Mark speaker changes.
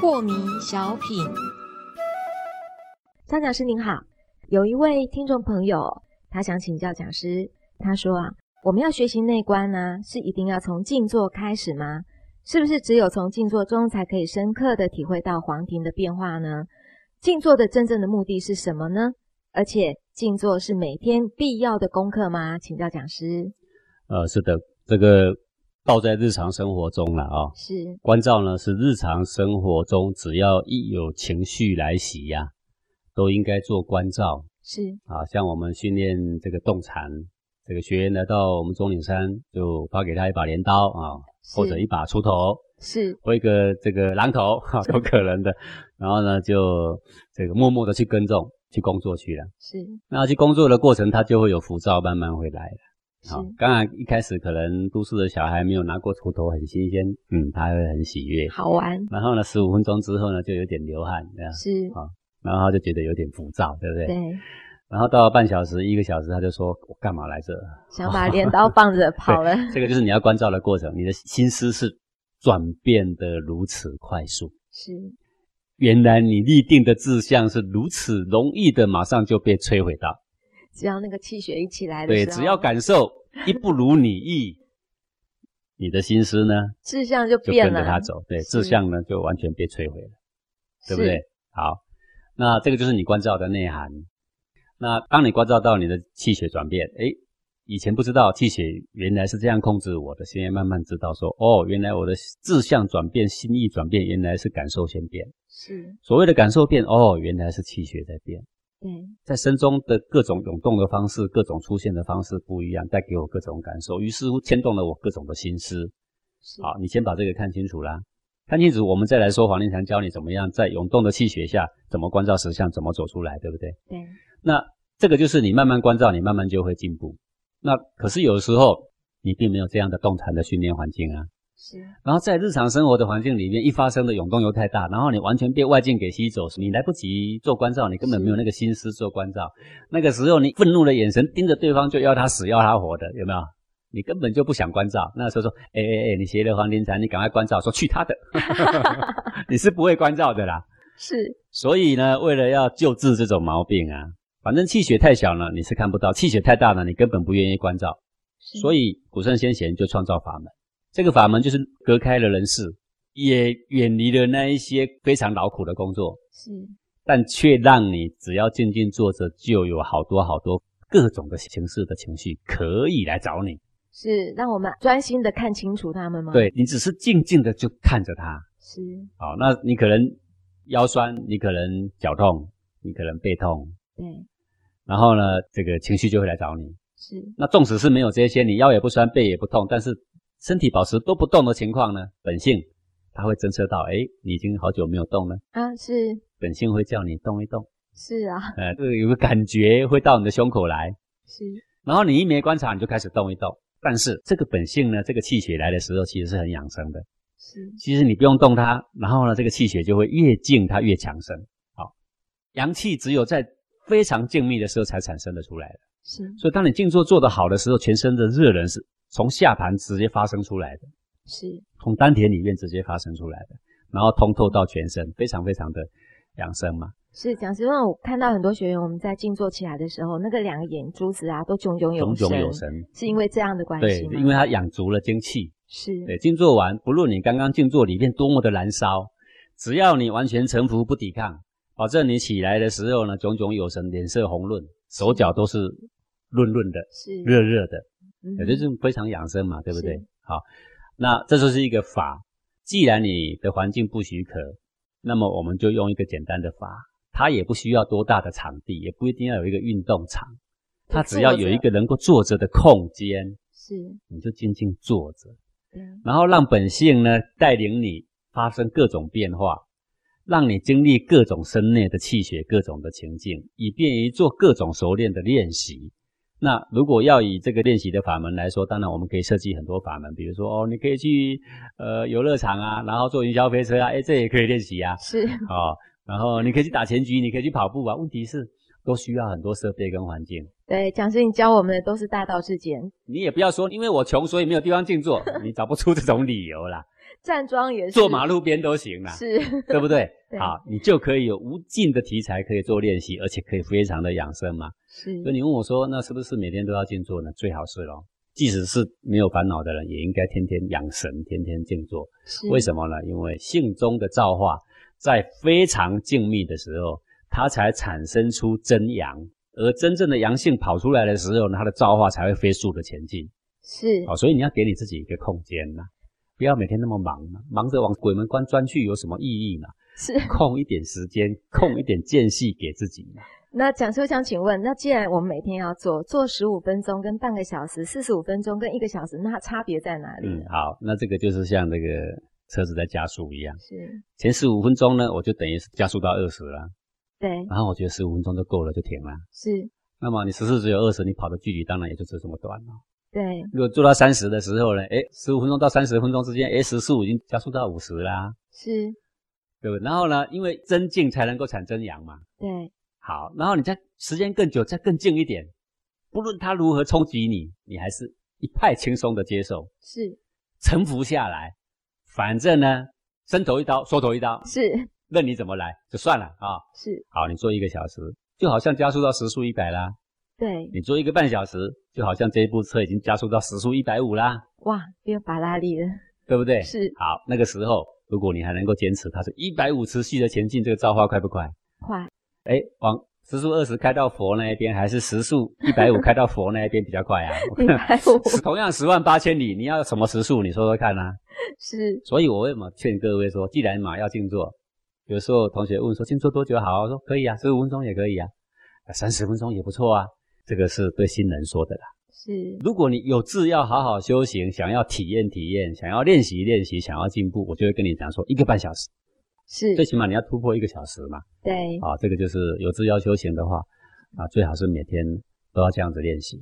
Speaker 1: 破迷小品，张讲师您好，有一位听众朋友，他想请教讲师，他说啊，我们要学习内观呢、是一定要从静坐开始吗？是不是只有从静坐中才可以深刻的体会到黄庭的变化呢？静坐的真正的目的是什么呢？而且静坐是每天必要的功课吗？请教讲师。
Speaker 2: 呃，是的，这个道在日常生活中了啊、
Speaker 1: 是，
Speaker 2: 关照呢是日常生活中，只要一有情绪来袭呀、都应该做关照
Speaker 1: 是，
Speaker 2: 啊。像我们训练这个动禅，这个学员来到我们钟岭山，就发给他一把镰刀啊，或者
Speaker 1: 是
Speaker 2: 一把锄头，
Speaker 1: 是，
Speaker 2: 或一个这个榔头， 哈、都可能的。然后呢，就这个默默的去耕种，去工作去了。
Speaker 1: 是，
Speaker 2: 那去工作的过程，他就会有浮躁，慢慢会来了。
Speaker 1: 是
Speaker 2: 好，，当然一开始可能都市的小孩没有拿过锄头，很新鲜，嗯，他会很喜悦。
Speaker 1: 好玩，
Speaker 2: 然后呢，十五分钟之后呢，就有点流汗，这样，
Speaker 1: 是，
Speaker 2: 然后他就觉得有点浮躁，对不对？
Speaker 1: 对。，
Speaker 2: 然后到了半小时、一个小时，他就说：“我干嘛来这？”
Speaker 1: 想把镰刀放着跑 了，
Speaker 2: 这个就是你要关照的过程，你的心思是转变的如此快速。
Speaker 1: 是，
Speaker 2: 原来你立定的志向是如此容易的，马上就被摧毁到。
Speaker 1: 只要那个气血一起来的
Speaker 2: 对，
Speaker 1: 时候，
Speaker 2: 只要感受一不如你意，你的心思呢
Speaker 1: 志向就
Speaker 2: 就
Speaker 1: 变
Speaker 2: 跟
Speaker 1: 了，
Speaker 2: 着他走，对，
Speaker 1: 是
Speaker 2: 志向呢就完全被摧毁了，对不
Speaker 1: 是
Speaker 2: 对？好，那这个就是你关照的内涵。那当你关照到你的气血转变，诶，以前不知道气血原来是这样控制我的，现在慢慢知道说，哦，原来我的志向转变、心意转变，原来是感受先变。
Speaker 1: 是，
Speaker 2: 所谓的感受变，哦，原来是气血在变，
Speaker 1: 对，
Speaker 2: 在身中的各种涌动的方式、各种出现的方式不一样，带给我各种感受，于是乎牵动了我各种的心思。
Speaker 1: 是，
Speaker 2: 好，你先把这个看清楚啦。看清楚，我们再来说黄令禅教你怎么样在涌动的气血下，怎么关照实相，怎么走出来，对不对？
Speaker 1: 对，
Speaker 2: 那这个就是你慢慢关照，你慢慢就会进步。那可是有时候你并没有这样的动禅的训练环境啊。
Speaker 1: 是，
Speaker 2: 然后在日常生活的环境里面，一发生的涌动又太大，然后你完全被外境给吸走，你来不及做关照，你根本没有那个心思做关照。那个时候，你愤怒的眼神盯着对方，就要他死要他活的，有没有？你根本就不想关照。那时候说，哎哎哎，你学了黄庭禅，你赶快关照，说去他的， 你是不会关照的啦。
Speaker 1: 是，
Speaker 2: 所以呢，为了要救治这种毛病啊，反正气血太小了，你是看不到；气血太大了，你根本不愿意关照。
Speaker 1: 是
Speaker 2: 所以古圣先贤就创造法门，这个法门就是隔开了人世，也远离了那一些非常劳苦的工作，
Speaker 1: 是，
Speaker 2: 但却让你只要静静坐着，就有好多好多各种的形式的情绪可以来找你。
Speaker 1: 是，让我们专心的看清楚他们吗？，
Speaker 2: 对你只是静静的就看着它，
Speaker 1: 是，
Speaker 2: 好，那你可能腰酸，你可能脚痛，你可能背痛，
Speaker 1: 对，
Speaker 2: 然后呢，这个情绪就会来找你。
Speaker 1: 是，
Speaker 2: 那纵使是没有这些，你腰也不酸，背也不痛，但是身体保持都不动的情况呢，本性它会侦测到，哎，你已经好久没有动了，
Speaker 1: 啊，是，
Speaker 2: 本性会叫你动一动，
Speaker 1: 是啊，
Speaker 2: 呃，这个有个感觉会到你的胸口来，
Speaker 1: 是，
Speaker 2: 然后你一没观察，你就开始动一动。但是这个本性呢，这个气血来的时候其实是很养生的，
Speaker 1: 是，
Speaker 2: 其实你不用动它，然后呢，这个气血就会越静它越强盛。好，阳气只有在非常静谧的时候才产生的出来。
Speaker 1: 是，
Speaker 2: 所以当你静坐做得好的时候，全身的热能是从下盘直接发生出来的，
Speaker 1: 是，
Speaker 2: 从丹田里面直接发生出来的，然后通透到全身，非常非常的养生嘛。
Speaker 1: 是，讲实话，我看到很多学员我们在静坐起来的时候，那个两个眼珠子啊，都炯炯
Speaker 2: 炯
Speaker 1: 有
Speaker 2: 炯
Speaker 1: 神，
Speaker 2: 有神，
Speaker 1: 是因为这样的关
Speaker 2: 对，
Speaker 1: 系吗？
Speaker 2: 因为它养足了精气。
Speaker 1: 是，
Speaker 2: 对，静坐完，不论你刚刚静坐里面多么的燃烧，只要你完全臣服不抵抗，保证你起来的时候呢，炯炯有神，脸色红润，手脚都是润润的、
Speaker 1: 是，
Speaker 2: 热热的。
Speaker 1: 嗯
Speaker 2: 也就是非常养生嘛，对不对
Speaker 1: 是？
Speaker 2: 好，那这就是一个法。既然你的环境不许可，那么我们就用一个简单的法，它也不需要多大的场地，也不一定要有一个运动场，
Speaker 1: 就
Speaker 2: 它只要
Speaker 1: 坐着
Speaker 2: 有一个能够坐着的空间，
Speaker 1: 是，
Speaker 2: 你就静静坐着，
Speaker 1: 对，
Speaker 2: 然后让本性呢带领你发生各种变化，让你经历各种身内的气血、各种的情境，以便于做各种熟练的练习。那如果要以这个练习的法门来说，当然我们可以设计很多法门，比如说哦，你可以去呃游乐场啊，然后坐云霄飞车啊，哎，这也可以练习啊，
Speaker 1: 是，
Speaker 2: 哦，然后你可以去打前局，你可以去跑步啊。问题是，都需要很多设备跟环境。
Speaker 1: 对，讲师你教我们的都是大道至简，
Speaker 2: 你也不要说，因为我穷，所以没有地方静坐，你找不出这种理由啦。
Speaker 1: 站桩也是，
Speaker 2: 坐马路边都行啦，
Speaker 1: 是，
Speaker 2: 对不对？
Speaker 1: 对
Speaker 2: 好，你就可以有无尽的题材可以做练习，而且可以非常的养生嘛。
Speaker 1: 是
Speaker 2: 所以你问我说，那是不是每天都要静坐呢？最好是咯。即使是没有烦恼的人，也应该天天养神，天天静坐。
Speaker 1: 是，
Speaker 2: 为什么呢？因为性中的造化，在非常静谧的时候，它才产生出真阳，而真正的阳性跑出来的时候呢，它的造化才会飞速的前进。
Speaker 1: 是
Speaker 2: 好、所以你要给你自己一个空间呐、不要每天那么忙嘛，忙着往鬼门关钻去有什么意义呢？
Speaker 1: 是。
Speaker 2: 空一点时间，空一点间隙给自己嘛。
Speaker 1: 那讲师我想请问，那既然我们每天要做做十五分钟、跟半个小时、四十五分钟跟一个小时，那它差别在哪里
Speaker 2: 嗯
Speaker 1: 呢？，
Speaker 2: 好，那这个就是像那个车子在加速一样，
Speaker 1: 是
Speaker 2: 前十五分钟呢，我就等于是加速到二十了，
Speaker 1: 对，
Speaker 2: 然后我觉得十五分钟就够了，就停了。
Speaker 1: 是
Speaker 2: 那么你十四只有二十，你跑的距离当然也就是这么短了。
Speaker 1: 对，
Speaker 2: 如果做到三十的时候呢，哎，十五分钟到三十分钟之间，哎，时速已经加速到五十啦，
Speaker 1: 是，
Speaker 2: 对不对？然后呢，因为增进才能够产真阳嘛。
Speaker 1: 对，
Speaker 2: 好，然后你再时间更久，再更近一点，不论它如何冲击你，你还是一派轻松的接受，
Speaker 1: 是
Speaker 2: 臣服下来。反正呢，伸头一刀，缩头一刀，
Speaker 1: 是
Speaker 2: 任你怎么来就算了啊、
Speaker 1: 是，
Speaker 2: 好，你做一个小时，就好像加速到时速一百啦。
Speaker 1: 对，
Speaker 2: 你做一个半小时，就好像这一部车已经加速到时速一百五啦，
Speaker 1: 哇，变法拉利了，
Speaker 2: 对不对？
Speaker 1: 是
Speaker 2: 好，那个时候如果你还能够坚持，它是一百五持续的前进，这个造化快不快？
Speaker 1: 快，
Speaker 2: 哎，往时速二十开到佛那一边，还是时速一百五开到佛那一边比较快啊？
Speaker 1: 一百五
Speaker 2: 是同样十万八千里，你要什么时速？你说说看啊！
Speaker 1: 是
Speaker 2: 所以我为什么劝各位说，既然嘛要静坐，有时候同学问说静坐多久好啊？我说可以啊，十五分钟也可以啊，三十分钟也不错啊。这个是对新人说的啦。
Speaker 1: 是
Speaker 2: 如果你有志要好好修行，想要体验体验，想要练习练习，想要进步，我就会跟你讲说一个半小时，
Speaker 1: 是
Speaker 2: 最，起码你要突破一个小时嘛。
Speaker 1: 对，
Speaker 2: 啊，这个就是有志要修行的话，啊，最好是每天都要这样子练习。